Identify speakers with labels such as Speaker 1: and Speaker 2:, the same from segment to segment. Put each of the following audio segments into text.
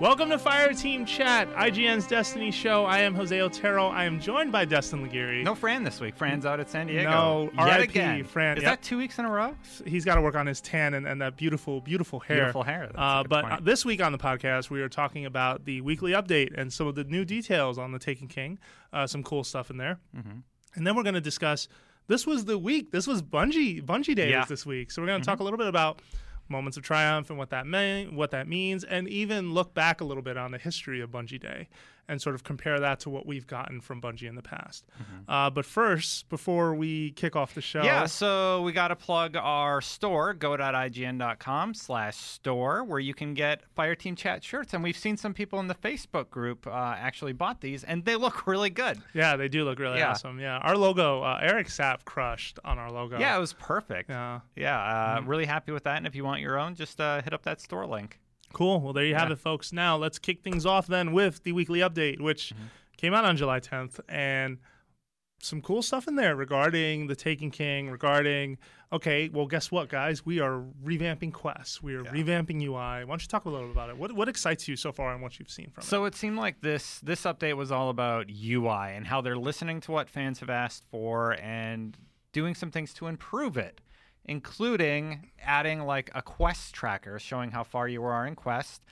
Speaker 1: Welcome to Fire Team Chat, IGN's Destiny show. I am Jose Otero. I am joined by Destin Legiri.
Speaker 2: No Fran this week. Fran's out at San Diego.
Speaker 1: No,
Speaker 2: yet
Speaker 1: RIP,
Speaker 2: again.
Speaker 1: Fran,
Speaker 2: Is
Speaker 1: yep.
Speaker 2: that two weeks in a row?
Speaker 1: He's got to work on his tan and, and that beautiful, beautiful hair.
Speaker 2: Beautiful hair, that's a
Speaker 1: Uh,
Speaker 2: good
Speaker 1: but
Speaker 2: point.
Speaker 1: uh, this week on the podcast, we are talking about the weekly update and some of the new details on the Taken King. Uh, some cool stuff in there.
Speaker 2: Mm-hmm.
Speaker 1: And then we're going to discuss. This was the week. This was Bungie Bungie Days
Speaker 2: Yeah. Mm-hmm.
Speaker 1: this week. So we're going to talk a little bit about moments of triumph and what that meant, what that means, and even look back a little bit on the history of Bungie Day and sort of compare that to what we've gotten from Bungie in the past. Uh, but first, before we kick off the show,
Speaker 2: Mm-hmm. Yeah, so we got to plug our store, go.ign.com slash store, where you can get Fireteam Chat shirts. And we've seen some people in the Facebook group uh, actually bought these, and they look really good.
Speaker 1: Yeah, they do look really
Speaker 2: Yeah.
Speaker 1: awesome. Yeah, our logo, uh, Eric Sapp crushed on our logo.
Speaker 2: Yeah, it was perfect.
Speaker 1: Yeah. Mm-hmm.
Speaker 2: Yeah, uh, really happy with that. And if you want your own, just uh, hit up that store link.
Speaker 1: Cool. Well, there you have it, folks. Now let's kick things off then with the weekly update, which
Speaker 2: Mm-hmm.
Speaker 1: came out on July 10th, and some cool stuff in there regarding the Taken King, regarding okay, well, guess what, guys? We are revamping quests. We are revamping UI. Why don't you talk a little bit about it? What what excites you so far and what you've seen from it?
Speaker 2: So it seemed like this this update was all about UI and how they're listening to what fans have asked for and doing some things to improve it, including adding like a quest tracker showing how far you are in quest.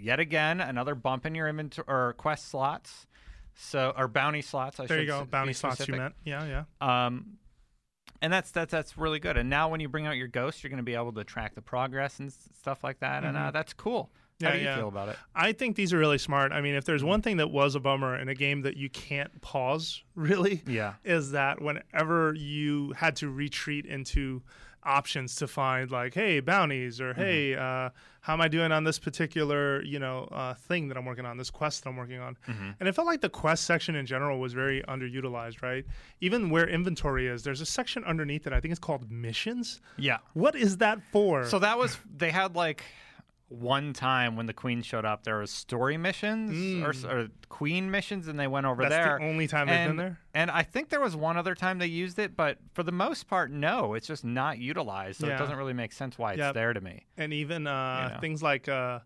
Speaker 2: Yet again, another bump in your inventory or quest slots. So or bounty slots, I
Speaker 1: There
Speaker 2: should
Speaker 1: you go,
Speaker 2: s- be
Speaker 1: bounty slots you
Speaker 2: specific.
Speaker 1: meant. Yeah, yeah.
Speaker 2: Um, and that's that's that's really good. And now when you bring out your ghost, you're going to be able to track the progress and s- stuff like that. And uh, that's cool.
Speaker 1: Mm-hmm. Yeah,
Speaker 2: how do you
Speaker 1: yeah.
Speaker 2: feel about it?
Speaker 1: I think these are really smart. I mean, if there's
Speaker 2: Mm-hmm.
Speaker 1: one thing that was a bummer in a game that you can't pause, really,
Speaker 2: Yeah.
Speaker 1: is that whenever you had to retreat into options to find like, hey, bounties,
Speaker 2: Mm-hmm.
Speaker 1: or hey, uh, how am I doing on this particular, you know, uh, thing that I'm working on, this quest that I'm working on,
Speaker 2: Mm-hmm.
Speaker 1: and it felt like the quest section in general was very underutilized, right? Even where inventory is, there's a section underneath it. I think it's called missions.
Speaker 2: Yeah.
Speaker 1: What is that for?
Speaker 2: So that was they had like one time when the queen showed up, there was story missions or s- or, queen missions, and they went over
Speaker 1: Mm. That's the
Speaker 2: there.
Speaker 1: only time they've been
Speaker 2: and,
Speaker 1: there?
Speaker 2: And I think there was one other time they used it, but for the most part, no, it's just not utilized, so
Speaker 1: Yeah.
Speaker 2: it doesn't really make sense why it's
Speaker 1: Yep.
Speaker 2: there to me.
Speaker 1: and even uh,
Speaker 2: know.
Speaker 1: things like uh,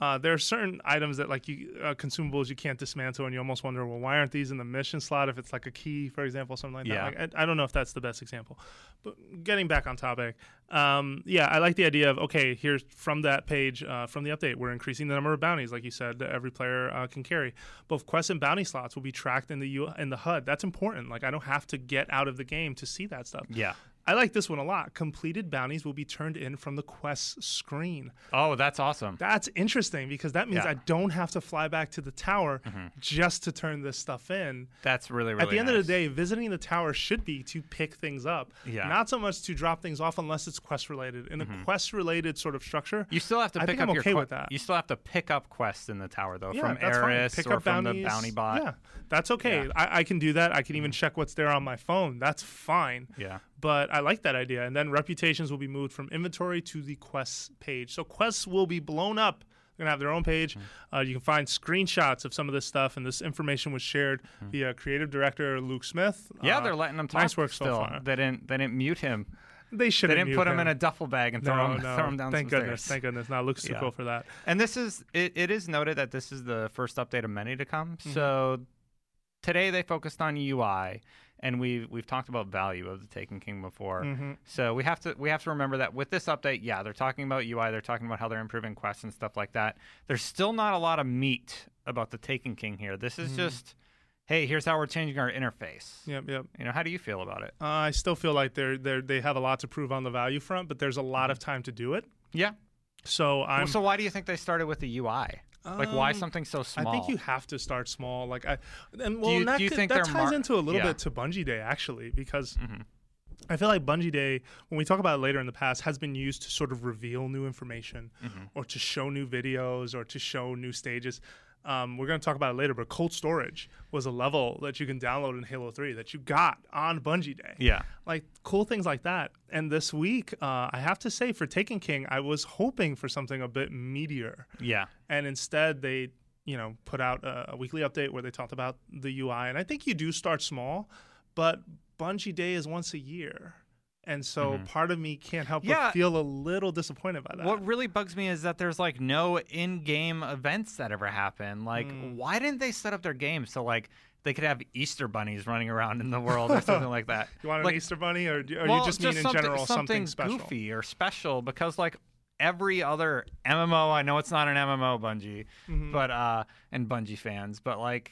Speaker 1: uh, there are certain items that like you uh, consumables you can't dismantle, and you almost wonder, well, why aren't these in the mission slot? If it's like a key, for example, something like
Speaker 2: Yeah.
Speaker 1: that. Like, I, I don't know if that's the best example, but getting back on topic, um, yeah, I like the idea of okay, here's from that page uh, from the update, we're increasing the number of bounties, like you said, that every player uh, can carry. Both quest and bounty slots will be tracked in the U- in the HUD. That's important. Like I don't have to get out of the game to see that stuff.
Speaker 2: Yeah.
Speaker 1: I like this one a lot. Completed bounties will be turned in from the quest screen.
Speaker 2: Oh, that's awesome.
Speaker 1: That's interesting because that means
Speaker 2: Yeah.
Speaker 1: I don't have to fly back to the tower just to turn this stuff in.
Speaker 2: That's really really.
Speaker 1: At the end of
Speaker 2: nice.
Speaker 1: the day, visiting the tower should be to pick things up,
Speaker 2: Yeah. Mm-hmm.
Speaker 1: not so much to drop things off unless it's quest related. In a quest related sort of structure,
Speaker 2: You still have to
Speaker 1: I
Speaker 2: pick
Speaker 1: think
Speaker 2: up
Speaker 1: I'm
Speaker 2: your
Speaker 1: okay
Speaker 2: que-
Speaker 1: with that.
Speaker 2: You still have to pick up quests in the tower though
Speaker 1: Yeah,
Speaker 2: from
Speaker 1: that's fine.
Speaker 2: Eris
Speaker 1: Pick
Speaker 2: or
Speaker 1: up
Speaker 2: from the
Speaker 1: bounties.
Speaker 2: bounty bot.
Speaker 1: Yeah, that's okay.
Speaker 2: Yeah. Mm-hmm.
Speaker 1: I, I can do that. I can even check what's there on my phone. That's fine.
Speaker 2: Yeah.
Speaker 1: But I like that idea. And then reputations will be moved from inventory to the quests page. So quests will be blown up. They're gonna have their own page.
Speaker 2: Mm-hmm.
Speaker 1: Uh, you can find screenshots of some of this stuff, and this information was shared via creative director Luke Smith.
Speaker 2: Mm-hmm. Yeah,
Speaker 1: Uh,
Speaker 2: they're letting him talk
Speaker 1: nice work so
Speaker 2: still.
Speaker 1: far.
Speaker 2: They didn't they didn't mute him.
Speaker 1: They should
Speaker 2: They didn't put him in a duffel bag and throw
Speaker 1: no,
Speaker 2: him
Speaker 1: no.
Speaker 2: throw him down
Speaker 1: Thank
Speaker 2: some
Speaker 1: goodness.
Speaker 2: stairs.
Speaker 1: Thank goodness. Now Luke's too
Speaker 2: Yeah.
Speaker 1: cool for that.
Speaker 2: And this is it, it is noted that this is the first update of many to come.
Speaker 1: Mm-hmm.
Speaker 2: So today they focused on UI and we we've talked about value of the Taken King before.
Speaker 1: Mm-hmm.
Speaker 2: So we have to we have to remember that with this update, yeah, they're talking about UI, they're talking about how they're improving quests and stuff like that. There's still not a lot of meat about the Taken King here. This
Speaker 1: Mm-hmm.
Speaker 2: is just hey, here's how we're changing our interface.
Speaker 1: Yep, yep.
Speaker 2: You know, how do you feel about it?
Speaker 1: Uh, I still feel like they're they are they have a lot to prove on the value front, but there's a lot of time to do it.
Speaker 2: Yeah.
Speaker 1: So I'm.
Speaker 2: Mm-hmm. Well, so why do you think they started with the UI? like why something so
Speaker 1: I
Speaker 2: small?
Speaker 1: think you have to start small. Like I, and well,
Speaker 2: you-
Speaker 1: and that,
Speaker 2: do you
Speaker 1: could-
Speaker 2: think
Speaker 1: that
Speaker 2: they're
Speaker 1: ties
Speaker 2: mar-
Speaker 1: into a little
Speaker 2: Yeah. Mm-hmm.
Speaker 1: bit to Bungie Day actually, because I feel like Bungie Day, when we talk about it later in the past, has been used to sort of reveal new information,
Speaker 2: Mm-hmm.
Speaker 1: or to show new videos, or to show new stages. Um, we're going to talk about it later, but cold storage was a level that you can download in Halo 3 that you got on Bungie Day
Speaker 2: Yeah.
Speaker 1: like cool things like that. And this week, uh, I have to say, for Taken King, I was hoping for something a bit meatier,
Speaker 2: Yeah.
Speaker 1: and instead they, you know, put out a, a weekly update where they talked about the UI. And I think you do start small, but Bungie Day is once a year. And so
Speaker 2: Mhm.
Speaker 1: part of me can't help
Speaker 2: Yeah.
Speaker 1: but feel a little disappointed by that.
Speaker 2: What really bugs me is that there's like no in-game events that ever happen. Like,
Speaker 1: Mm.
Speaker 2: why didn't they set up their game so like they could have Easter bunnies running around in the world or something like that?
Speaker 1: you want an
Speaker 2: like-
Speaker 1: Easter bunny, or, do- or
Speaker 2: well,
Speaker 1: you just, mean in
Speaker 2: something,
Speaker 1: general something, special?
Speaker 2: goofy or special because like every other MMO, I know it's not an MMO, Bungie,
Speaker 1: Mhm.
Speaker 2: but uh, and Bungie fans, but like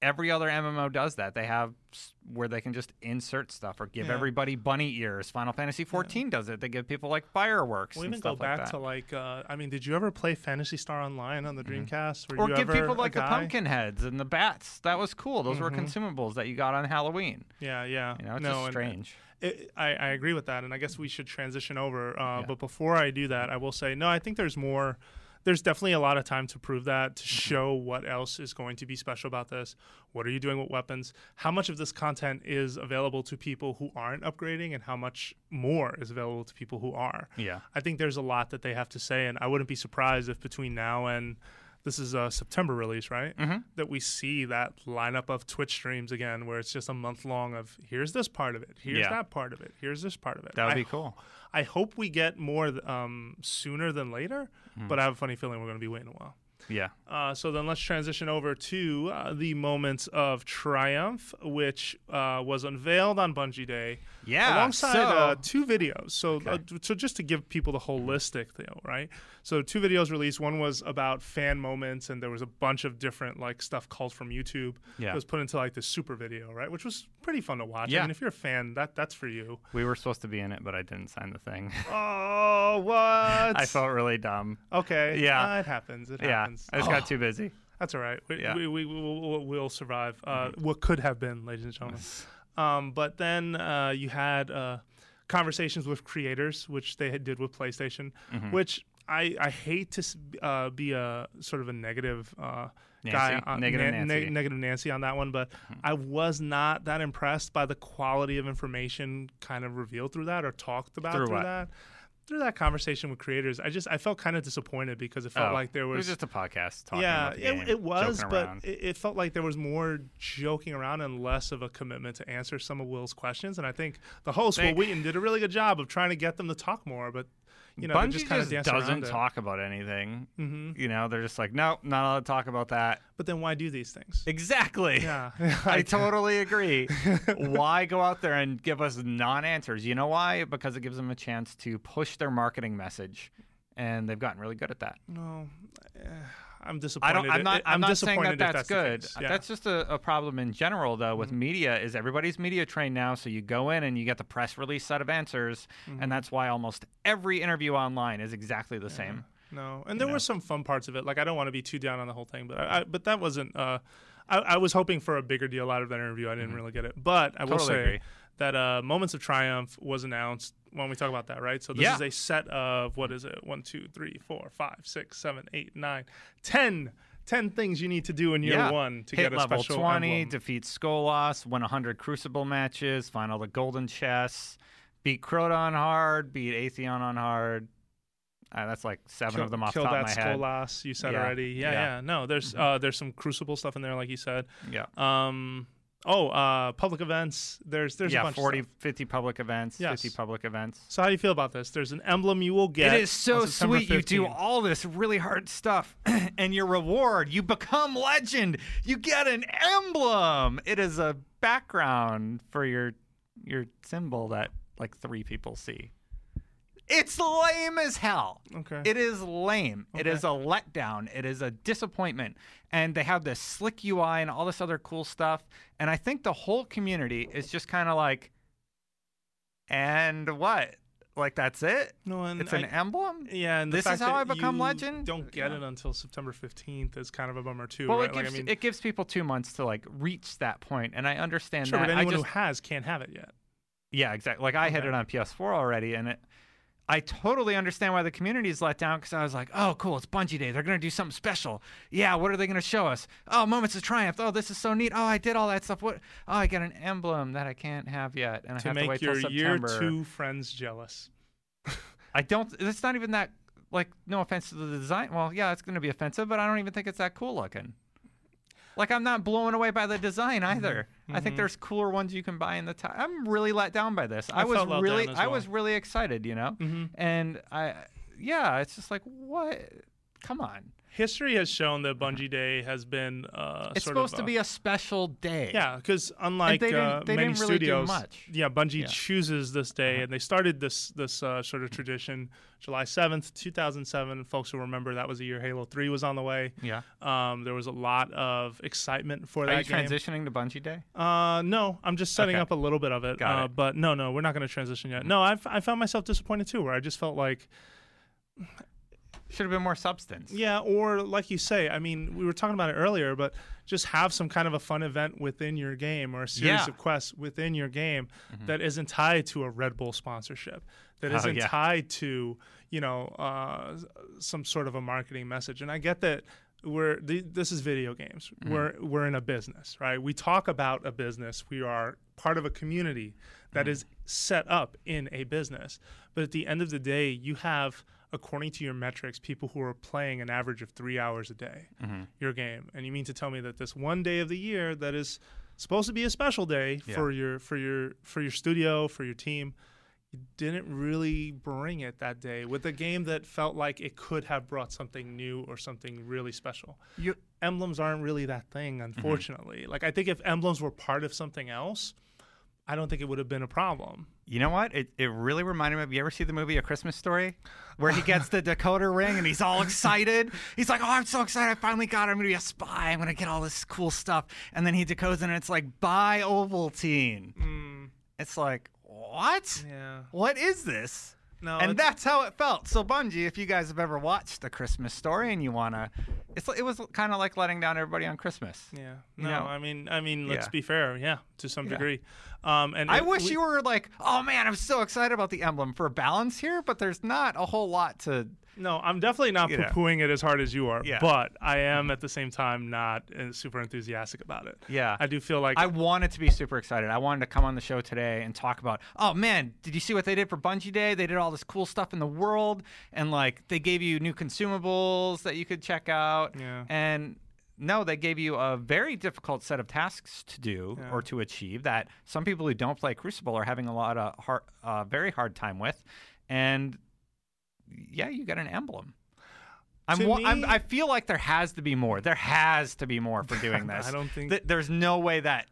Speaker 2: every other MMO does that. They have s- where they can just insert stuff or give
Speaker 1: Yeah.
Speaker 2: everybody bunny ears. Final Fantasy 14 does it. They give people like fireworks
Speaker 1: we
Speaker 2: and
Speaker 1: even
Speaker 2: stuff
Speaker 1: go back
Speaker 2: like that.
Speaker 1: to like, uh, I mean, did you ever play Fantasy Star Online on the Dreamcast? Were
Speaker 2: Mm-hmm. or
Speaker 1: you
Speaker 2: give
Speaker 1: ever
Speaker 2: people like the
Speaker 1: guy?
Speaker 2: pumpkin heads and the bats. That was cool. Those were consumables that you got on Halloween.
Speaker 1: Yeah, yeah.
Speaker 2: You know, it's
Speaker 1: no,
Speaker 2: just
Speaker 1: and- uh,
Speaker 2: strange.
Speaker 1: it, I, I agree with that, and I guess we should transition over. Uh,
Speaker 2: Yeah.
Speaker 1: But before I do that, I will say no. I think there's more. There's definitely a lot of time to prove that
Speaker 2: Mm-hmm.
Speaker 1: to show what else is going to be special about this. What are you doing with weapons? How much of this content is available to people who aren't upgrading, and how much more is available to people who are?
Speaker 2: Yeah.
Speaker 1: I think there's a lot that they have to say, and I wouldn't be surprised if between now and this is a September release, right?
Speaker 2: Mhm.
Speaker 1: That we see that lineup of Twitch streams again, where it's just a month long of here's this part of it, here's
Speaker 2: Yeah.
Speaker 1: that part of it, here's this part of it.
Speaker 2: That would
Speaker 1: I,
Speaker 2: be cool.
Speaker 1: I hope we get more th- um, sooner than later,
Speaker 2: Hmm.
Speaker 1: but I have a funny feeling we're going to be waiting a while.
Speaker 2: Yeah.
Speaker 1: Uh, so then let's transition over to uh, the moments of triumph, which uh, was unveiled on Bungie Day
Speaker 2: Yeah.
Speaker 1: alongside
Speaker 2: Ah, so,
Speaker 1: uh, two videos. So, uh,
Speaker 2: Okay.
Speaker 1: so just to give people the holistic deal, right? So two videos released. One was about fan moments, and there was a bunch of different like stuff called from YouTube.
Speaker 2: Yeah.
Speaker 1: that was put into like this super video, right? Which was pretty fun to watch.
Speaker 2: Yeah.
Speaker 1: I mean, if you're a fan, that that's for you.
Speaker 2: we were supposed to be in it, but I didn't sign the thing.
Speaker 1: Oh, what?
Speaker 2: I felt really dumb.
Speaker 1: okay.
Speaker 2: Yeah.
Speaker 1: Uh, it happens. It
Speaker 2: Yeah.
Speaker 1: happens.
Speaker 2: I just
Speaker 1: Oh,
Speaker 2: got too busy.
Speaker 1: that's all right. We,
Speaker 2: Yeah. Mm-hmm.
Speaker 1: we, we, will we'll survive. Uh, What could have been, ladies and gentlemen. Um, but then uh, you had uh, conversations with creators, which they had did with PlayStation,
Speaker 2: Mm-hmm.
Speaker 1: which I, I hate to s- uh, be a sort of a negative uh, guy,
Speaker 2: Nancy? Negative Nancy. Mm-hmm.
Speaker 1: negative Nancy on that one, but I was not that impressed by the quality of information kind of revealed through that or talked about
Speaker 2: Through
Speaker 1: through,
Speaker 2: what?
Speaker 1: that. Through that conversation with creators, I just I felt kind of disappointed because it felt
Speaker 2: Oh,
Speaker 1: like there
Speaker 2: it
Speaker 1: was,
Speaker 2: was just a podcast talking
Speaker 1: yeah,
Speaker 2: about the game,
Speaker 1: it, it was,
Speaker 2: joking
Speaker 1: but
Speaker 2: around.
Speaker 1: it, it felt like there was more joking around and less of a commitment to answer some of Will's questions. And I think the host Will
Speaker 2: They-
Speaker 1: Wheaton did a really good job of trying to get them to talk more, but you know, they
Speaker 2: Bungie
Speaker 1: just kind of dance
Speaker 2: doesn't
Speaker 1: around it.
Speaker 2: talk about anything.
Speaker 1: Mhm.
Speaker 2: You know, they're just like, nope, not allowed to talk about that.
Speaker 1: But then why do these things?
Speaker 2: Exactly.
Speaker 1: yeah,
Speaker 2: I totally agree. why go out there and give us non answers? You know why? Because it gives them a chance to push their marketing message. And they've gotten really good at that.
Speaker 1: no, eh, I'm disappointed.
Speaker 2: I don't. I'm not.
Speaker 1: I'm,
Speaker 2: I'm, not saying
Speaker 1: disappointed
Speaker 2: that
Speaker 1: if
Speaker 2: that's,
Speaker 1: the
Speaker 2: good. Uh,
Speaker 1: case. Yeah. Mm-hmm.
Speaker 2: That's just a, a problem in general, though, with media. Is everybody's media trained now? So you go in and you get the press release set of answers,
Speaker 1: Mm-hmm.
Speaker 2: and that's why almost every interview online is exactly the same.
Speaker 1: No, and there were some fun parts of it. Like I don't want to be too down on the whole thing, but I, I but that wasn't. Uh, I, I was hoping for a bigger deal out of that interview. I didn't really get it, but I will
Speaker 2: Mm-hmm. Totally
Speaker 1: say
Speaker 2: agree.
Speaker 1: that uh, "Moments of Triumph" was announced when we talk about that, right? So this
Speaker 2: Yeah.
Speaker 1: is a set of what is it? One, two, three, four, five, six, seven, eight, nine, ten. Ten things you need to do in year
Speaker 2: Yeah.
Speaker 1: one to
Speaker 2: Hit
Speaker 1: get a
Speaker 2: level
Speaker 1: special
Speaker 2: 20,
Speaker 1: emblem.
Speaker 2: defeat Skolas, win 100 Crucible matches, find all the golden chests, beat Croton hard, beat Atheon on hard. Uh, that's like seven
Speaker 1: kill,
Speaker 2: of them off
Speaker 1: kill
Speaker 2: top
Speaker 1: that
Speaker 2: of my head.
Speaker 1: Skolas you said
Speaker 2: Yeah.
Speaker 1: already. Yeah, yeah,
Speaker 2: Yeah. Mm-hmm.
Speaker 1: No, there's uh, there's some Crucible stuff in there, like you said.
Speaker 2: Yeah,
Speaker 1: Um, oh, uh, public events. There's there's a
Speaker 2: yeah,
Speaker 1: bunch of
Speaker 2: 40,
Speaker 1: stuff.
Speaker 2: 50 public events,
Speaker 1: Yes.
Speaker 2: 50 public events.
Speaker 1: So how do you feel about this? There's an emblem you will get.
Speaker 2: It is so
Speaker 1: on September
Speaker 2: sweet. You do
Speaker 1: 15th.
Speaker 2: all this really hard stuff, and your reward, you become legend. You get an emblem. It is a background for your your symbol that like three people see. It's lame as hell.
Speaker 1: Okay.
Speaker 2: It is lame. It
Speaker 1: Okay.
Speaker 2: is a letdown. It is a disappointment. And they have this slick UI and all this other cool stuff. And I think the whole community is just kind of like, and what? Like that's it?
Speaker 1: no, and
Speaker 2: It's an
Speaker 1: I-
Speaker 2: emblem.
Speaker 1: yeah, and the
Speaker 2: this is
Speaker 1: fact
Speaker 2: how
Speaker 1: that
Speaker 2: I become
Speaker 1: you
Speaker 2: legend?
Speaker 1: Don't get
Speaker 2: Yeah.
Speaker 1: it until September 15th is kind of a bummer too.
Speaker 2: Well,
Speaker 1: right?
Speaker 2: it
Speaker 1: like,
Speaker 2: gives
Speaker 1: I mean,
Speaker 2: it gives people two months to like reach that point, and I understand
Speaker 1: sure,
Speaker 2: that.
Speaker 1: but
Speaker 2: I
Speaker 1: anyone
Speaker 2: just
Speaker 1: who has can't have it yet.
Speaker 2: yeah, exactly. Like I had
Speaker 1: Okay.
Speaker 2: it on PS4 already, and it. I totally understand why the community is let down because I was like, oh, cool, it's Bungie Day. They're going to do something special. Yeah, what are they going to show us? Oh, Moments of Triumph. Oh, this is so neat. Oh, I did all that stuff. What? Oh, I got an emblem that I can't have yet. And I
Speaker 1: To
Speaker 2: have to
Speaker 1: make
Speaker 2: wait
Speaker 1: your
Speaker 2: till
Speaker 1: year
Speaker 2: September.
Speaker 1: two friends jealous.
Speaker 2: I don't. It's not even that. Like, no offense to the design. Well, yeah, it's going to be
Speaker 1: Mm-hmm.
Speaker 2: offensive, but I don't even think it's that cool looking. Like, I'm not blown away by the design either. I think there's cooler ones you can buy in the time. I'm really let down by this. I,
Speaker 1: I
Speaker 2: was
Speaker 1: felt let
Speaker 2: really
Speaker 1: down as
Speaker 2: I
Speaker 1: well. Mm-hmm.
Speaker 2: was really excited, you know. And I yeah, it's just like what? Come on.
Speaker 1: History has shown that Bungie Day has been uh,
Speaker 2: It's
Speaker 1: sort
Speaker 2: supposed
Speaker 1: of
Speaker 2: to
Speaker 1: a-
Speaker 2: be a special day.
Speaker 1: Yeah, because unlike
Speaker 2: didn't-
Speaker 1: uh,
Speaker 2: they
Speaker 1: many
Speaker 2: didn't really do
Speaker 1: studios,
Speaker 2: much.
Speaker 1: yeah, Bungie
Speaker 2: Yeah. Uh-huh.
Speaker 1: chooses this day, and they started this this uh, sort of tradition, July seventh, two thousand seven. Folks will remember that was the year Halo Three was on the way.
Speaker 2: Yeah.
Speaker 1: Um, there was a lot of excitement for
Speaker 2: Are you
Speaker 1: that game.
Speaker 2: transitioning to Bungie Day?
Speaker 1: Uh, no, I'm just setting
Speaker 2: Okay.
Speaker 1: up a little bit of it.
Speaker 2: Got
Speaker 1: uh,
Speaker 2: it. Mm-hmm.
Speaker 1: But no, no, we're not going to transition yet. No, I've, I found myself disappointed too, where I just felt like,
Speaker 2: Should have been more substance.
Speaker 1: yeah, or like you say, I mean, we were talking about it earlier, but just have some kind of a fun event within your game or a series
Speaker 2: Yeah.
Speaker 1: of quests within your game that isn't tied to a Red Bull sponsorship, that
Speaker 2: Oh,
Speaker 1: not
Speaker 2: yeah.
Speaker 1: tied to, you know, uh, s- some sort of a marketing message. And I get that. We're th- this is video games.
Speaker 2: Mm.
Speaker 1: We're we're in a business, right? We talk about a business. We are part of a community
Speaker 2: Mm.
Speaker 1: that is set up in a business. But at the end of the day, you have, according to your metrics, people who are playing an average of three hours a day
Speaker 2: Mm-hmm.
Speaker 1: your game. And you mean to tell me that this one day of the year that is supposed to be a special day
Speaker 2: Yeah.
Speaker 1: for your for your for your studio for your team you didn't really bring it that day with a game that felt like it could have brought something new or something really special
Speaker 2: You,
Speaker 1: emblems aren't really that thing, unfortunately. Like I think if emblems were part of something else, I don't think it would have been a problem.
Speaker 2: you know what? It, it really reminded me of you ever see the movie A Christmas Story? Where he gets the decoder ring and he's all excited. He's like, Oh, I'm so excited. I finally got it. I'm gonna be a spy. I'm gonna get all this cool stuff. And then he decodes it and it's like buy Ovaltine. It's like, what?
Speaker 1: Mm. Hmm, Yeah.
Speaker 2: What is this?
Speaker 1: No,
Speaker 2: and
Speaker 1: it's-
Speaker 2: that's how it felt. So Bungie, if you guys have ever watched The Christmas Story and you wanna, it's it was kind of like letting down everybody on Christmas.
Speaker 1: Yeah. No,
Speaker 2: know?
Speaker 1: I mean, I mean, let's
Speaker 2: Yeah.
Speaker 1: be fair. Yeah, to some degree. Um, and
Speaker 2: I
Speaker 1: it-
Speaker 2: wish
Speaker 1: we-
Speaker 2: you were like, oh man, I'm so excited about the emblem for balance here, but there's not a whole lot to.
Speaker 1: No, I'm definitely not
Speaker 2: You know.
Speaker 1: poo-pooing it as hard as you are.
Speaker 2: Yeah.
Speaker 1: But I am at the same time not uh, super enthusiastic about it.
Speaker 2: Yeah.
Speaker 1: I do feel like
Speaker 2: I wanted to be super excited. I wanted to come on the show today and talk about, oh man, did you see what they did for Bungie Day? They did all this cool stuff in the world, and like they gave you new consumables that you could check out.
Speaker 1: Yeah.
Speaker 2: And no, they gave you a very difficult set of tasks to do or to achieve that some people who don't play Crucible are having a lot of hard, uh, very hard time with. And yeah, you got an emblem. I'm,
Speaker 1: To
Speaker 2: wa- I'm,
Speaker 1: me-
Speaker 2: I feel like there has to be more. There has to be more for doing this.
Speaker 1: I don't think-
Speaker 2: Th- there's no way that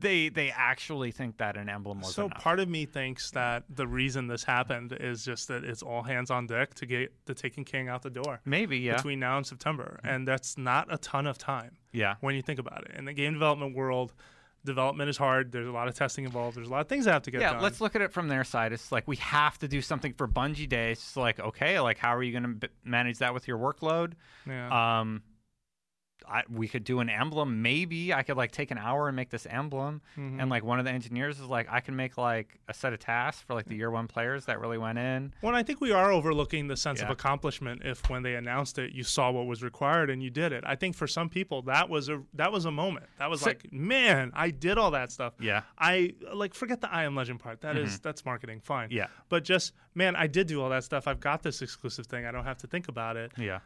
Speaker 2: they they actually think that an emblem was
Speaker 1: So
Speaker 2: enough.
Speaker 1: part of me thinks that the reason this happened is just that it's all hands on deck to get the Taken King out the door.
Speaker 2: Maybe yeah. Mm-hmm.
Speaker 1: between now and September, and that's not a ton of time.
Speaker 2: Yeah.
Speaker 1: When you think about it, in the game development world, development is hard. There's a lot of testing involved. There's a lot of things that have to get
Speaker 2: yeah,
Speaker 1: done.
Speaker 2: let's look at it from their side. It's like we have to do something for Bungie Day. It's just like okay, like how are you going to b- manage that with your workload?
Speaker 1: Yeah.
Speaker 2: Um, I, we could do an emblem. Maybe I could like take an hour and make this emblem.
Speaker 1: Mm-hmm.
Speaker 2: And like one of the engineers is like, I can make like a set of tasks for like
Speaker 1: Mm.
Speaker 2: the year one players that really went in.
Speaker 1: well, I think we are overlooking the sense of
Speaker 2: Yeah.
Speaker 1: accomplishment if when they announced it, you saw what was required and you did it. I think for some people that was a that was a moment. That was
Speaker 2: So-
Speaker 1: like, man, I did all that stuff.
Speaker 2: Yeah. Mm-hmm.
Speaker 1: I like forget the I am legend part. That is that's marketing, fine.
Speaker 2: Yeah.
Speaker 1: But just man, I did do all that stuff. I've got this exclusive thing. I don't have to think about it.
Speaker 2: Yeah.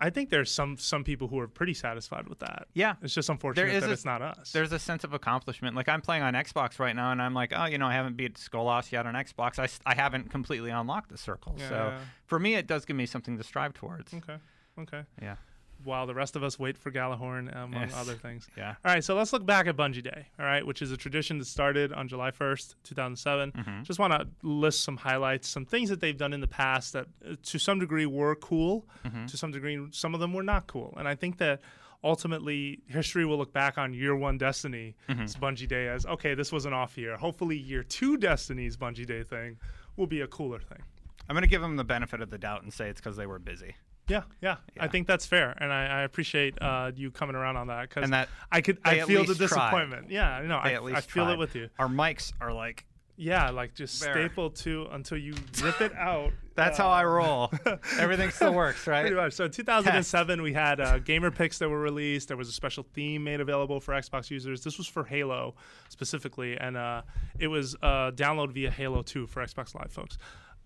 Speaker 1: I think there's some some people who are pretty satisfied with that.
Speaker 2: Yeah.
Speaker 1: It's just unfortunate
Speaker 2: There is
Speaker 1: that
Speaker 2: a-
Speaker 1: it's not us.
Speaker 2: There's a sense of accomplishment. Like I'm playing on Xbox right now, and I'm like, oh, you know, I haven't beat Skolas yet on Xbox. I, s- I haven't completely unlocked the circle. So
Speaker 1: Yeah. Mm.
Speaker 2: for me, it does give me something to strive towards.
Speaker 1: okay. Okay.
Speaker 2: Yeah.
Speaker 1: While the rest of us wait for Galahorn, among
Speaker 2: Yes.
Speaker 1: other things.
Speaker 2: Yeah.
Speaker 1: All right, so let's look back at Bungie Day, all right, which is a tradition that started on July 1st, 2007. Just want to list some highlights, some things that they've done in the past that uh, to some degree were cool, to some degree, some of them were not cool. And I think that ultimately history will look back on year one Destiny, Bungie Day, as okay, this was an off year. Hopefully, year two Destiny's Bungie Day thing will be a cooler thing.
Speaker 2: I'm gonna give them the benefit of the doubt and say it's because they were busy.
Speaker 1: Yeah, yeah, I think that's fair, and I, I appreciate uh, you coming around on that because
Speaker 2: And that
Speaker 1: I could,
Speaker 2: they
Speaker 1: I
Speaker 2: at
Speaker 1: feel the
Speaker 2: least tried.
Speaker 1: disappointment. Yeah, no,
Speaker 2: They
Speaker 1: I,
Speaker 2: at
Speaker 1: I
Speaker 2: least
Speaker 1: feel
Speaker 2: tried.
Speaker 1: it with you.
Speaker 2: Our mics are like.
Speaker 1: Yeah, like just
Speaker 2: There.
Speaker 1: staple to until you rip it out.
Speaker 2: That's how I roll. Everything still works, right?
Speaker 1: Pretty much. So, in 2007, we had uh, gamer picks that were released. There was a special theme made available for Xbox users. This was for Halo specifically, and uh, it was uh, download via Halo 2 for Xbox Live folks.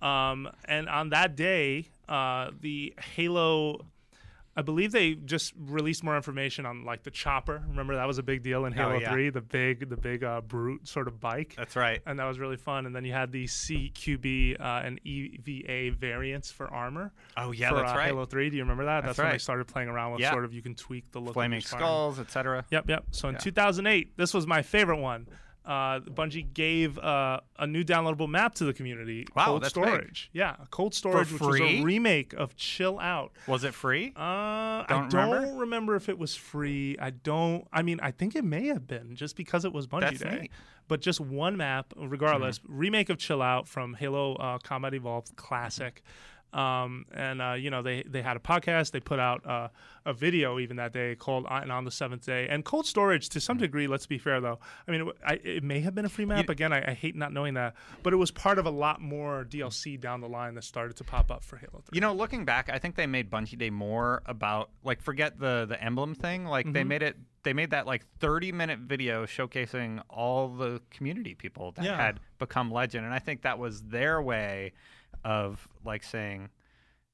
Speaker 1: Um, and on that day, uh, the Halo I believe they just released more information on like the chopper. Remember that was a big deal in Halo
Speaker 2: Oh, yeah.
Speaker 1: 3, the big the big uh, brute sort of bike.
Speaker 2: That's right.
Speaker 1: and that was really fun. And then you had the CQB uh, and EVA variants for armor
Speaker 2: Oh yeah,
Speaker 1: for
Speaker 2: that's
Speaker 1: uh,
Speaker 2: right.
Speaker 1: Halo 3. Do you remember that?
Speaker 2: That's
Speaker 1: when I
Speaker 2: right.
Speaker 1: started playing around with
Speaker 2: Yeah.
Speaker 1: sort of you can tweak the look. of
Speaker 2: Flaming
Speaker 1: each firearm.
Speaker 2: skulls, etc.
Speaker 1: Yep, yep. So in
Speaker 2: Yeah.
Speaker 1: 2008, this was my favorite one. Uh, Bungie gave uh, a new downloadable map to the community.
Speaker 2: Wow,
Speaker 1: Cold
Speaker 2: that's big.
Speaker 1: Storage. Yeah, Cold Storage, which was
Speaker 2: free?
Speaker 1: a remake of Chill Out.
Speaker 2: Was it free?
Speaker 1: Uh, I
Speaker 2: Don't
Speaker 1: don't
Speaker 2: remember?
Speaker 1: remember? if it was free. I don't. I mean, I think it may have been just because it was Bungie
Speaker 2: That's
Speaker 1: Day.
Speaker 2: neat. Mm-hmm.
Speaker 1: But just one map, regardless. Remake of Chill Out from Halo uh, Combat Evolved Classic. Um, and uh, you know they they had a podcast. They put out uh, a video even that day called "On- "And on the Seventh Day." And Cold Storage, to
Speaker 2: Mm.
Speaker 1: some degree, let's be fair though. I mean, it, w- I, it may have been a free map. Again, I, I hate not knowing that, but it was part of a lot more DLC down the line that started to pop up for Halo Three.
Speaker 2: You know, looking back, I think they made Bungie Day more about like forget the the emblem thing. Like they
Speaker 1: Mm-hmm.
Speaker 2: made it they made that like 30 minute video showcasing all the community people that
Speaker 1: Yeah.
Speaker 2: had become legend and I think that was their way of like saying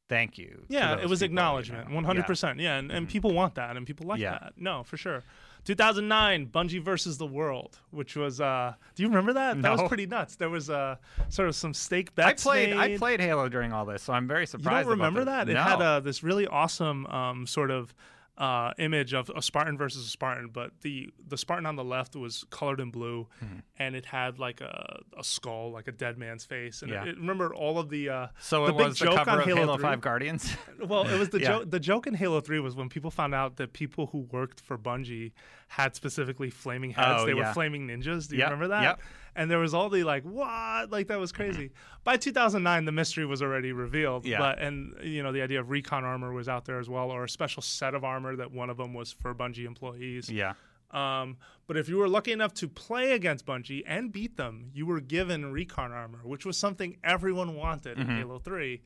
Speaker 2: thank you. to
Speaker 1: Yeah,
Speaker 2: those
Speaker 1: it was
Speaker 2: people, you
Speaker 1: acknowledgement,
Speaker 2: know?
Speaker 1: one hundred percent. Yeah, and, and people want that, and people like
Speaker 2: Yeah.
Speaker 1: that. No, for sure. Two thousand nine, Bungie versus the World, which was. Uh, do you remember that? That
Speaker 2: No.
Speaker 1: was pretty nuts. There was uh, sort of some stake
Speaker 2: Yeah. I
Speaker 1: bets.
Speaker 2: played I
Speaker 1: made.
Speaker 2: played Halo during all this, so I'm very
Speaker 1: You
Speaker 2: surprised
Speaker 1: don't
Speaker 2: about
Speaker 1: remember
Speaker 2: this.
Speaker 1: that? It
Speaker 2: No.
Speaker 1: had uh, this really awesome um, sort of. Uh, image of a Spartan versus a Spartan, but the the Spartan on the left was colored in blue,
Speaker 2: Hmm.
Speaker 1: and it had like a, a skull, like a dead man's face. And
Speaker 2: Yeah.
Speaker 1: it, it- remember all of the uh,
Speaker 2: so
Speaker 1: the
Speaker 2: it
Speaker 1: big
Speaker 2: was the
Speaker 1: joke
Speaker 2: cover
Speaker 1: on
Speaker 2: of
Speaker 1: Halo
Speaker 2: Halo
Speaker 1: 3?
Speaker 2: 5 Guardians.
Speaker 1: Well, it was the
Speaker 2: Yeah.
Speaker 1: joke. The joke in Halo Three was when people found out that people who worked for Bungie had specifically flaming heads.
Speaker 2: Oh,
Speaker 1: they
Speaker 2: yeah.
Speaker 1: were flaming ninjas. Do you
Speaker 2: Yep,
Speaker 1: remember that?
Speaker 2: yep. Mm-hmm.
Speaker 1: And there was all the like, what? Like that was crazy. By 2009, the mystery was already revealed.
Speaker 2: Yeah.
Speaker 1: But and you know the idea of recon armor was out there as well, or a special set of armor that one of them was for Bungie employees.
Speaker 2: yeah.
Speaker 1: Um, but if you were lucky enough to play against Bungie and beat them, you were given recon armor, which was something everyone wanted in Halo Three.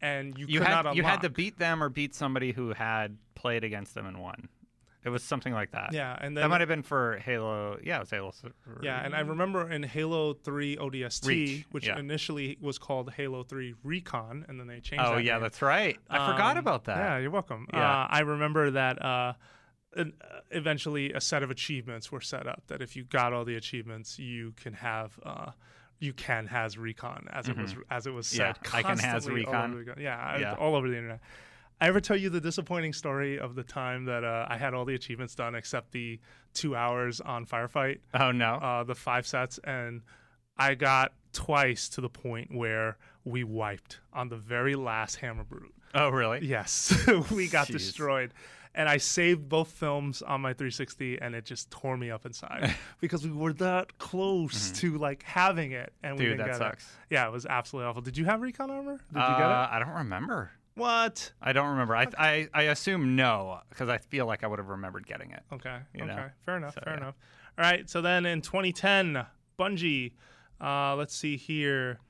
Speaker 1: And you,
Speaker 2: Mm-hmm. you
Speaker 1: could
Speaker 2: had
Speaker 1: not unlock.
Speaker 2: you had to beat them or beat somebody who had played against them and won. It was something like that.
Speaker 1: Yeah, and then
Speaker 2: that might have been for Halo. Yeah, it was Halo. three.
Speaker 1: yeah, and I remember in Halo 3 ODST,
Speaker 2: Reach,
Speaker 1: which
Speaker 2: yeah.
Speaker 1: initially was called Halo 3 Recon, and then they changed.
Speaker 2: oh
Speaker 1: that
Speaker 2: yeah,
Speaker 1: name.
Speaker 2: that's right. I
Speaker 1: Um,
Speaker 2: forgot about
Speaker 1: Yeah,
Speaker 2: that.
Speaker 1: you're welcome.
Speaker 2: Yeah.
Speaker 1: Uh, I remember that. Uh, an- uh, eventually, a set of achievements were set up that if you got all the achievements, you can have. Uh, you can has recon as it was as it was
Speaker 2: Mm-hmm. Yeah,
Speaker 1: said.
Speaker 2: I can has
Speaker 1: constantly all
Speaker 2: recon.
Speaker 1: over the- yeah,
Speaker 2: Yeah.
Speaker 1: all over the internet. I ever tell you the disappointing story of the time that uh, I had all the achievements done except the two hours on firefight?
Speaker 2: oh no.
Speaker 1: uh, the five sets, and I got twice to the point where we wiped on the very last Hammer Brute.
Speaker 2: oh really?
Speaker 1: Yes, we got
Speaker 2: Jeez.
Speaker 1: destroyed. And I saved both films on my 360, and it just tore me up inside Mm-hmm. because we were that close to like having it, and we
Speaker 2: Dude,
Speaker 1: didn't
Speaker 2: that
Speaker 1: get
Speaker 2: sucks.
Speaker 1: it. Yeah, it was absolutely awful. Did you have recon armor? Did you get it?
Speaker 2: Uh, I don't remember.
Speaker 1: What?
Speaker 2: I don't remember. I I, I assume no because I feel like I would have remembered getting it.
Speaker 1: Okay.
Speaker 2: you
Speaker 1: okay.
Speaker 2: know?
Speaker 1: Fair enough.
Speaker 2: So,
Speaker 1: fair
Speaker 2: yeah.
Speaker 1: enough. All right. So then in 2010, Bungie, uh, let's see here.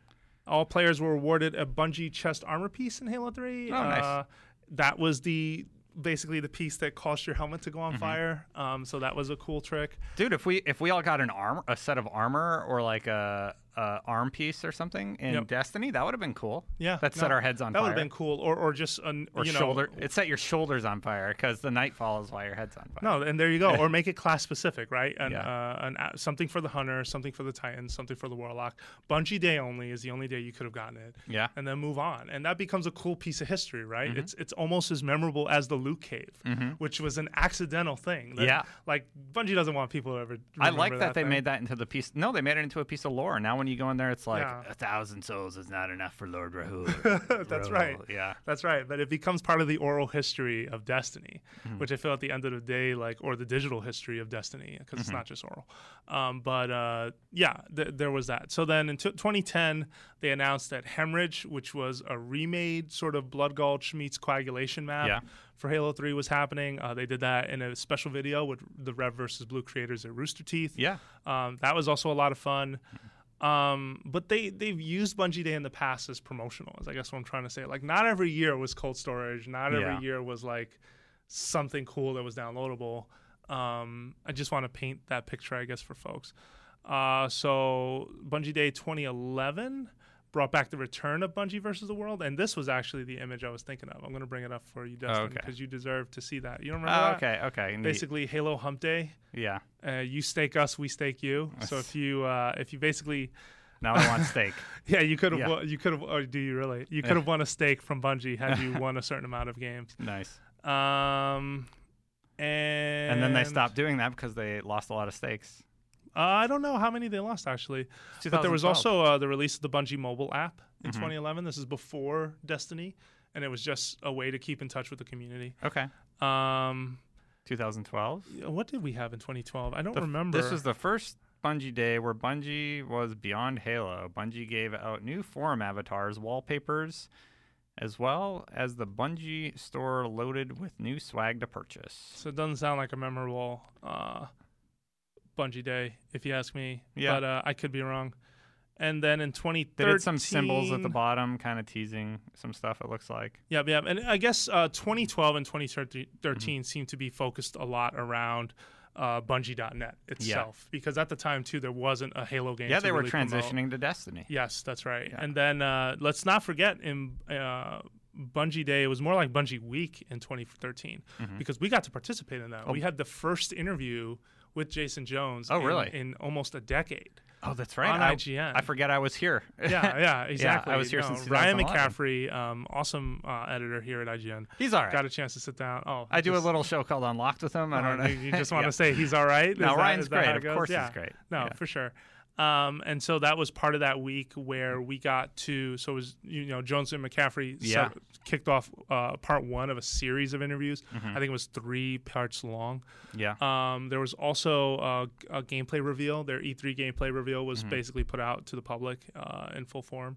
Speaker 1: All players were awarded a Bungie chest armor piece in Halo 3.
Speaker 2: Oh, nice.
Speaker 1: Uh, that was the basically the piece that caused your helmet to go
Speaker 2: Mm-hmm.
Speaker 1: on fire. Um, so that was a cool trick.
Speaker 2: Dude, if we if we all got an arm a set of armor or like a, a arm piece or something in
Speaker 1: Yep.
Speaker 2: Destiny, that would have been cool.
Speaker 1: Yeah.
Speaker 2: that
Speaker 1: no,
Speaker 2: set our heads on
Speaker 1: That would
Speaker 2: fire.
Speaker 1: have been cool. Or or just an
Speaker 2: or
Speaker 1: you know,
Speaker 2: shoulder. It set your shoulders on fire because the nightfall is why your head's on fire.
Speaker 1: No, and there you go. or make it class specific, right? An,
Speaker 2: Yeah.
Speaker 1: uh, an, a- something for the hunter, something for the titan, something for the warlock. Bungie day only is the only day you could have gotten it.
Speaker 2: Yeah. Mm-hmm.
Speaker 1: and then move on. And that becomes a cool piece of history, right? It's it's almost as memorable as the Luke cave, which was an accidental thing. that-
Speaker 2: Yeah.
Speaker 1: like Bungie doesn't want people to ever.
Speaker 2: I
Speaker 1: remember
Speaker 2: like that, they
Speaker 1: thing.
Speaker 2: made that into the piece. No, they made it into a piece of lore. Now when you go in there, it's like
Speaker 1: Yeah.
Speaker 2: a thousand souls is not enough for Lord Rahul.
Speaker 1: That's
Speaker 2: Rahul."
Speaker 1: right.
Speaker 2: Yeah.
Speaker 1: That's right, but it becomes part of the oral history of Destiny, which I feel at the end of the day, like, or the digital history of Destiny, because it's not just oral. Um, but uh, yeah, th- there was that. So then in t- 2010, they announced that Hemorrhage, which was a remade sort of Blood Gulch meets Coagulation map
Speaker 2: Yeah.
Speaker 1: for Halo 3, was happening. Uh, they did that in a special video with the Rev versus Blue creators at Rooster Teeth.
Speaker 2: Yeah.
Speaker 1: Um, that was also a lot of fun. Um, but they they've used Bungie Day in the past as promotional. Is I guess what I'm trying to say. Like not every year was cold storage. Not every
Speaker 2: Yeah.
Speaker 1: year was like something cool that was downloadable. Um, I just want to paint that picture, I guess, for folks. Uh, so Bungie Day 2011 brought back the return of Bungie versus the world, and this was actually the image I was thinking of. I'm gonna bring it up for you, Dustin,
Speaker 2: okay.
Speaker 1: because you deserve to see that. You don't remember
Speaker 2: Oh,
Speaker 1: that?
Speaker 2: okay, okay. neat.
Speaker 1: Basically, Halo Hump Day.
Speaker 2: yeah.
Speaker 1: Uh, you stake us, we stake you. So if you uh, if you basically
Speaker 2: Now I want steak.
Speaker 1: yeah, you could have
Speaker 2: Yeah.
Speaker 1: won you could have or do you really you could have won a stake from Bungie had you won a certain amount of games.
Speaker 2: Nice.
Speaker 1: Um, and
Speaker 2: And, then they stopped doing that because they lost a lot of steaks.
Speaker 1: Uh, I don't know how many they lost actually, but there was
Speaker 2: 2012.
Speaker 1: also uh, the release of the Bungie mobile app in
Speaker 2: Mhm.
Speaker 1: 2011. This is before Destiny, and it was just a way to keep in touch with the community.
Speaker 2: okay.
Speaker 1: Um,
Speaker 2: 2012.
Speaker 1: what did we have in 2012? I don't
Speaker 2: The-
Speaker 1: remember.
Speaker 2: This was the first Bungie day where Bungie was beyond Halo. Bungie gave out new forum avatars, wallpapers, as well as the Bungie store loaded with new swag to purchase.
Speaker 1: So it doesn't sound like a memorable uh, Bungie day, if you ask me.
Speaker 2: Yeah.
Speaker 1: But uh, I could be wrong. And then in 2013,
Speaker 2: They did some symbols at the bottom, kind of teasing some stuff. It looks like.
Speaker 1: Yeah, yeah. And I guess uh, 2012 and 2013
Speaker 2: Mm-hmm.
Speaker 1: seem to be focused a lot around uh, Bungie.net itself, because at the time too there wasn't a Halo game.
Speaker 2: yeah,
Speaker 1: to
Speaker 2: they were
Speaker 1: really promote.
Speaker 2: transitioning to Destiny.
Speaker 1: Yes, that's right.
Speaker 2: Yeah.
Speaker 1: And then uh, let's not forget in uh, Bungie Day, it was more like Bungie Week in 2013
Speaker 2: Mm-hmm.
Speaker 1: because we got to participate in that. We had the first interview with Jason Jones.
Speaker 2: Oh,
Speaker 1: in-
Speaker 2: really?
Speaker 1: In, almost a decade.
Speaker 2: Oh, that's right.
Speaker 1: On
Speaker 2: I,
Speaker 1: IGN.
Speaker 2: I forget I was here.
Speaker 1: Yeah, yeah, exactly.
Speaker 2: I was here
Speaker 1: No,
Speaker 2: since
Speaker 1: Ryan
Speaker 2: 2011.
Speaker 1: McCaffrey, um, awesome uh, editor here at IGN.
Speaker 2: He's all right.
Speaker 1: Got a chance to sit down. Oh,
Speaker 2: I do a
Speaker 1: just-
Speaker 2: little show called Unlocked with him. I don't
Speaker 1: Oh,
Speaker 2: know.
Speaker 1: You, you just want
Speaker 2: Yeah.
Speaker 1: to say he's all right.
Speaker 2: No,
Speaker 1: Is that-
Speaker 2: Ryan's
Speaker 1: is that how
Speaker 2: great.
Speaker 1: it
Speaker 2: Of
Speaker 1: goes?
Speaker 2: course he's
Speaker 1: Yeah.
Speaker 2: great.
Speaker 1: No,
Speaker 2: Yeah.
Speaker 1: for sure. Um, and so that was part of that week where we got to. So it was you know Jones and McCaffrey set-
Speaker 2: Yeah.
Speaker 1: kicked off uh, part one of a series of interviews.
Speaker 2: Mm-hmm.
Speaker 1: I think it was three parts long.
Speaker 2: Yeah.
Speaker 1: Um, there was also uh, g- a, gameplay reveal. Their E3 gameplay reveal was
Speaker 2: Mm-hmm.
Speaker 1: basically put out to the public uh, in full form.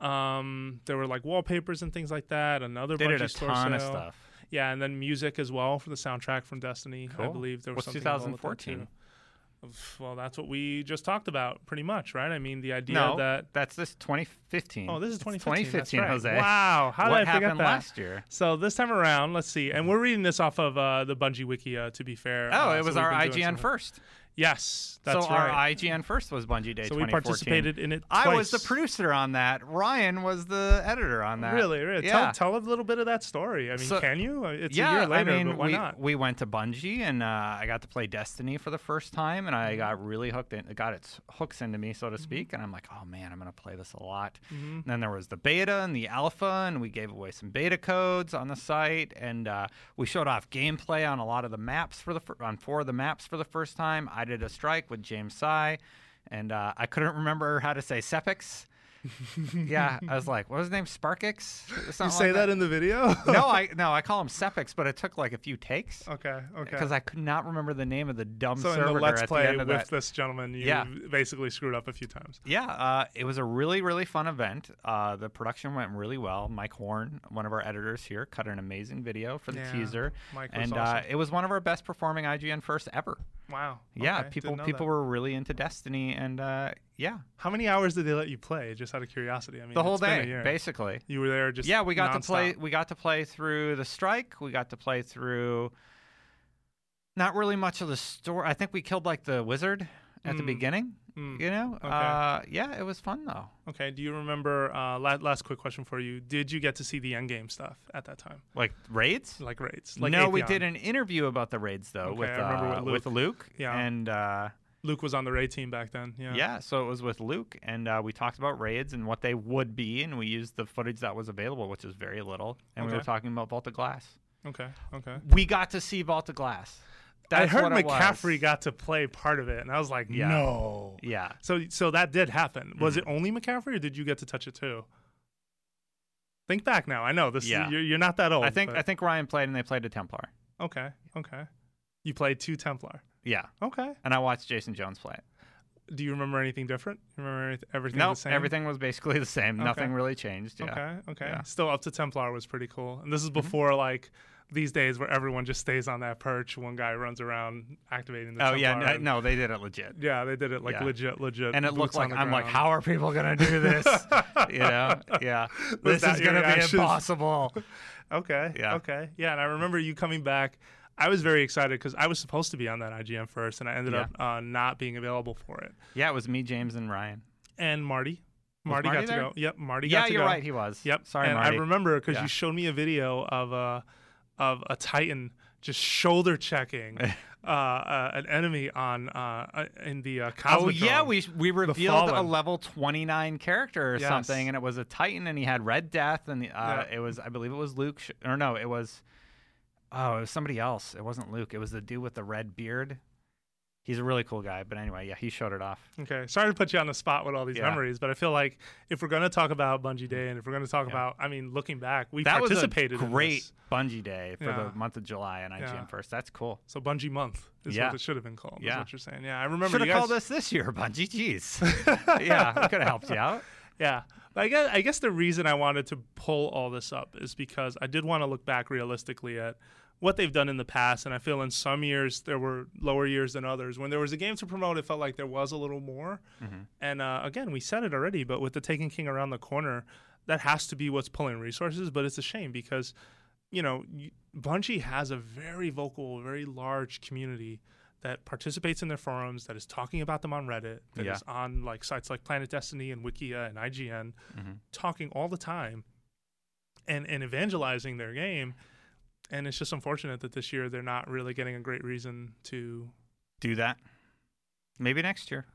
Speaker 1: Um, there were like wallpapers and things like that. Another
Speaker 2: They
Speaker 1: Bungie
Speaker 2: did a
Speaker 1: store
Speaker 2: ton of
Speaker 1: sale.
Speaker 2: stuff.
Speaker 1: Yeah, and then music as well for the soundtrack from Destiny. I
Speaker 2: Cool.
Speaker 1: believe there was
Speaker 2: What's
Speaker 1: something involved with that,
Speaker 2: 2014?
Speaker 1: too. Oof, Well, that's what we just talked about, pretty much, right? I mean, the idea
Speaker 2: no,
Speaker 1: that
Speaker 2: that's this 2015.
Speaker 1: oh, this is
Speaker 2: It's
Speaker 1: 2015. that's
Speaker 2: 2015,
Speaker 1: right.
Speaker 2: Jose.
Speaker 1: Wow, how
Speaker 2: what
Speaker 1: did I forget
Speaker 2: happened
Speaker 1: that?
Speaker 2: last year?
Speaker 1: so this time around, let's see, and we're reading this off of uh, the Bungie Wiki. Uh, to be fair,
Speaker 2: Oh,
Speaker 1: uh,
Speaker 2: it
Speaker 1: so
Speaker 2: was
Speaker 1: we've
Speaker 2: our
Speaker 1: been doing some-
Speaker 2: IGN first.
Speaker 1: Yes, that's
Speaker 2: so
Speaker 1: right.
Speaker 2: our IGN first was Bungie Day.
Speaker 1: so we
Speaker 2: 2014.
Speaker 1: participated in it.
Speaker 2: I was the
Speaker 1: twice.
Speaker 2: producer on that. Ryan was the editor on that.
Speaker 1: Really, really.
Speaker 2: Yeah.
Speaker 1: Tell, tell a little bit of that story. I mean,
Speaker 2: So-
Speaker 1: can you? Uh, It's
Speaker 2: yeah,
Speaker 1: a year later,
Speaker 2: I mean,
Speaker 1: but why
Speaker 2: we,
Speaker 1: not?
Speaker 2: we went to Bungie and uh, I got to play Destiny for the first time, and
Speaker 1: Mm-hmm.
Speaker 2: I got really hooked. In, it got its hooks into me, so to speak. And I'm like, oh man, I'm gonna play this a lot.
Speaker 1: Mm-hmm.
Speaker 2: And then there was the beta and the alpha, and we gave away some beta codes on the site, and uh, we showed off gameplay on a lot of the maps for the fir- on four of the maps for the first time. I did a strike with James Sy, and uh, I couldn't remember how to say Sepix. yeah, I was like, what was his name? Sparkix?
Speaker 1: You say that in the video?
Speaker 2: no, I no, I call him Sepix, but it took like a few takes
Speaker 1: okay, okay.
Speaker 2: because I could not remember the name of the dumb
Speaker 1: So in the
Speaker 2: servitor
Speaker 1: let's
Speaker 2: at
Speaker 1: play
Speaker 2: the end of
Speaker 1: with
Speaker 2: that.
Speaker 1: this gentleman, you
Speaker 2: Yeah.
Speaker 1: basically screwed up a few times.
Speaker 2: yeah, uh, it was a really really fun event. Uh, the production went really well. Mike Horn, one of our editors here, cut an amazing video for the
Speaker 1: Yeah,
Speaker 2: teaser,
Speaker 1: Mike was
Speaker 2: and uh,
Speaker 1: awesome.
Speaker 2: it was one of our best performing IGN first ever.
Speaker 1: Wow.
Speaker 2: Yeah,
Speaker 1: okay,
Speaker 2: people
Speaker 1: didn't know
Speaker 2: people
Speaker 1: that.
Speaker 2: were really into Destiny, and uh, yeah,
Speaker 1: How many hours did they let you play? Just out of curiosity. I mean,
Speaker 2: the whole
Speaker 1: it's been a
Speaker 2: day
Speaker 1: year.
Speaker 2: basically.
Speaker 1: You were there just
Speaker 2: yeah, we got to play.
Speaker 1: nonstop.
Speaker 2: We got to play through the strike. We got to play through. Not really much of the story. I think we killed like the wizard at the
Speaker 1: Mm.
Speaker 2: beginning.
Speaker 1: Mm.
Speaker 2: You know.
Speaker 1: Okay.
Speaker 2: Uh, yeah, it was fun though.
Speaker 1: Okay. Do you remember? Uh, la- last quick question for you. Did you get to see the end game stuff at that time,
Speaker 2: Like raids.
Speaker 1: like raids? Like
Speaker 2: no, we
Speaker 1: Atheon.
Speaker 2: did an interview about the raids though
Speaker 1: Okay,
Speaker 2: with,
Speaker 1: I remember
Speaker 2: uh,
Speaker 1: with
Speaker 2: with Luke.
Speaker 1: Yeah.
Speaker 2: And uh,
Speaker 1: Luke was on the raid team back then. Yeah.
Speaker 2: yeah. so it was with Luke, and uh, we talked about raids and what they would be, and we used the footage that was available, which is very little, and we
Speaker 1: Okay.
Speaker 2: were talking about Vault of Glass.
Speaker 1: Okay. Okay.
Speaker 2: We got to see Vault of Glass. That's
Speaker 1: I heard
Speaker 2: what it was.
Speaker 1: McCaffrey got to play part of it, and I was like,
Speaker 2: Yeah.
Speaker 1: no.
Speaker 2: Yeah. Mm-hmm.
Speaker 1: So so that did happen. Was it only McCaffrey, or did you get to touch it too? Think back now. I know this.
Speaker 2: Yeah.
Speaker 1: You're, you're not that old.
Speaker 2: I think
Speaker 1: but-
Speaker 2: I think Ryan played and they played a Templar.
Speaker 1: okay. Okay. You played two Templar.
Speaker 2: Yeah.
Speaker 1: Okay.
Speaker 2: And I watched Jason Jones play it.
Speaker 1: Do you remember anything different? You remember anyth- everything
Speaker 2: No,
Speaker 1: the same?
Speaker 2: everything was basically the same. Nothing really changed. Yeah.
Speaker 1: Okay. Okay.
Speaker 2: Yeah. Mm-hmm.
Speaker 1: Still up to Templar was pretty cool, and this is before like these days where everyone just stays on that perch. One guy runs around activating the.
Speaker 2: Oh yeah,
Speaker 1: Templar
Speaker 2: no,
Speaker 1: and-
Speaker 2: no, they did it legit.
Speaker 1: Yeah, they did it like
Speaker 2: Yeah.
Speaker 1: legit, legit.
Speaker 2: And it
Speaker 1: looks
Speaker 2: looked like I'm like, how are people gonna do this? you know? Yeah.
Speaker 1: Was
Speaker 2: This
Speaker 1: that
Speaker 2: is
Speaker 1: your
Speaker 2: gonna
Speaker 1: reactions?
Speaker 2: be impossible.
Speaker 1: Okay.
Speaker 2: Yeah.
Speaker 1: Okay. Yeah. And I remember you coming back. I was very excited because I was supposed to be on that IGM first, and I ended
Speaker 2: Yeah.
Speaker 1: up uh, not being available for it.
Speaker 2: yeah, it was me, James, and Ryan.
Speaker 1: And Marty, Marty,
Speaker 2: Marty
Speaker 1: got
Speaker 2: there?
Speaker 1: to go. Yep, Marty
Speaker 2: yeah,
Speaker 1: got to
Speaker 2: you're
Speaker 1: go.
Speaker 2: right. He was.
Speaker 1: Yep.
Speaker 2: Sorry,
Speaker 1: and
Speaker 2: Marty.
Speaker 1: I remember because
Speaker 2: Yeah.
Speaker 1: you showed me a video of a of a Titan just shoulder checking uh, uh, an enemy on uh, uh, in the uh,
Speaker 2: Oh
Speaker 1: Cosmodrome.
Speaker 2: yeah, we we revealed a
Speaker 1: Fallen.
Speaker 2: level twenty nine character or
Speaker 1: Yes.
Speaker 2: something, and it was a Titan, and he had Red Death, and uh,
Speaker 1: Yeah.
Speaker 2: it was I believe it was Luke, sh- or no, it was oh it was somebody else. It wasn't Luke. It was the dude with the red beard. He's a really cool guy, but anyway, yeah, he showed it off.
Speaker 1: Okay, sorry to put you on the spot with all these
Speaker 2: Yeah.
Speaker 1: memories, but I feel like if we're gonna talk about Bungie Day and if we're gonna talk
Speaker 2: Yeah.
Speaker 1: about, I mean, looking back, we
Speaker 2: that
Speaker 1: participated.
Speaker 2: was a
Speaker 1: in
Speaker 2: great
Speaker 1: this.
Speaker 2: Bungie day for
Speaker 1: Yeah.
Speaker 2: the month of July on IGN
Speaker 1: Yeah.
Speaker 2: First. That's cool.
Speaker 1: So Bungie Month is
Speaker 2: Yeah.
Speaker 1: what it should have been called. Is
Speaker 2: Yeah.
Speaker 1: what you're saying. Yeah, I remember.
Speaker 2: Should have
Speaker 1: you
Speaker 2: called
Speaker 1: guys-
Speaker 2: us this year, Bungie. Jeez. yeah, we could have helped you out.
Speaker 1: Yeah. But I guess I guess the reason I wanted to pull all this up is because I did want to look back realistically at what they've done in the past, and I feel in some years there were lower years than others. When there was a game to promote, it felt like there was a little more.
Speaker 2: Mm-hmm.
Speaker 1: And uh, again, we said it already, but with the Taken King around the corner, that has to be what's pulling resources. But it's a shame because you know y- Bungie has a very vocal, very large community that participates in their forums, that is talking about them on Reddit, that is
Speaker 2: Yeah.
Speaker 1: on like sites like Planet Destiny and Wikia and IGN,
Speaker 2: Mhm.
Speaker 1: talking all the time and and evangelizing their game. And it's just unfortunate that this year they're not really getting a great reason to.
Speaker 2: Do that. Maybe next year.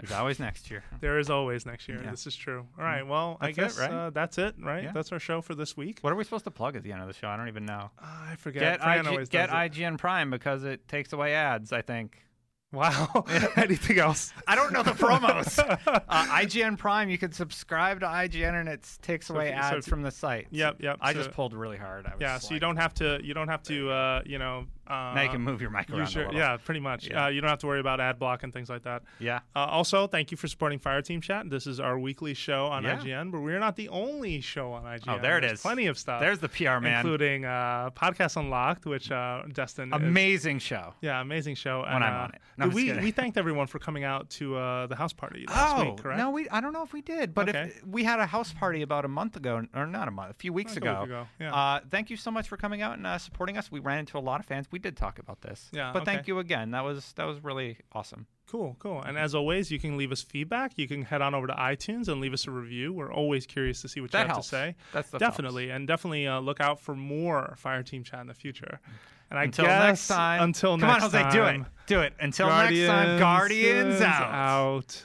Speaker 2: There's always next year.
Speaker 1: There is always next year.
Speaker 2: Yeah.
Speaker 1: This is true. All right. Well, I
Speaker 2: That's
Speaker 1: guess
Speaker 2: it, right?
Speaker 1: uh, that's it, right?
Speaker 2: Yeah.
Speaker 1: That's our show for this week.
Speaker 2: What are we supposed to plug at the end of the show? I don't even know.
Speaker 1: Uh, I forget.
Speaker 2: get
Speaker 1: Fran
Speaker 2: IG
Speaker 1: always
Speaker 2: get
Speaker 1: does it.
Speaker 2: IGN Prime because it takes away ads. I think.
Speaker 1: Wow. Anything else?
Speaker 2: I don't know the promos. uh, IGN Prime, you can subscribe to IGN and it takes away
Speaker 1: if- so
Speaker 2: ads
Speaker 1: if-
Speaker 2: from the site.
Speaker 1: Yep, yep,
Speaker 2: I
Speaker 1: so-
Speaker 2: just pulled really hard. I was
Speaker 1: yeah.
Speaker 2: just
Speaker 1: So you
Speaker 2: like-
Speaker 1: don't have to. You don't have to. Uh, you know. Uh,
Speaker 2: Now you can move your mic around.
Speaker 1: use
Speaker 2: a
Speaker 1: your-
Speaker 2: little.
Speaker 1: yeah, pretty much.
Speaker 2: Yeah.
Speaker 1: Uh, you don't have to worry about ad block and things like that.
Speaker 2: Yeah.
Speaker 1: Uh, also, thank you for supporting Fireteam Chat. This is our weekly show on
Speaker 2: Yeah. Oh,
Speaker 1: IGN, but we're not the only show on IGN.
Speaker 2: there it
Speaker 1: There's
Speaker 2: is.
Speaker 1: Plenty of stuff.
Speaker 2: There's the PR man.
Speaker 1: including uh, Podcast Unlocked, which uh, Destin. is-
Speaker 2: Amazing show.
Speaker 1: yeah, amazing show. When
Speaker 2: I'm on it. No, I'm just
Speaker 1: we
Speaker 2: kidding. Oh,
Speaker 1: we thanked everyone for coming out to uh, the house party last week, correct?
Speaker 2: no, we I don't know if we did, but
Speaker 1: Okay.
Speaker 2: if we had a house party about a month ago, or not a month, a few weeks
Speaker 1: Like a
Speaker 2: ago.
Speaker 1: week ago, yeah.
Speaker 2: Uh, thank you so much for coming out and uh, supporting us. We ran into a lot of fans. We did talk about this.
Speaker 1: Yeah,
Speaker 2: But thank
Speaker 1: okay.
Speaker 2: you again. That was that was really awesome.
Speaker 1: Cool, cool. And as always, you can leave us feedback. You can head on over to iTunes and leave us a review. We're always curious to see what
Speaker 2: That
Speaker 1: you have
Speaker 2: helps.
Speaker 1: to say.
Speaker 2: That stuff
Speaker 1: definitely, and definitely uh, look out for more Fireteam Chat in the future. And I
Speaker 2: Until
Speaker 1: guess
Speaker 2: next time.
Speaker 1: Until
Speaker 2: Come
Speaker 1: next
Speaker 2: on, Jose,
Speaker 1: time.
Speaker 2: do it. Do it. Until next time, Guardians
Speaker 1: is
Speaker 2: out.
Speaker 1: out.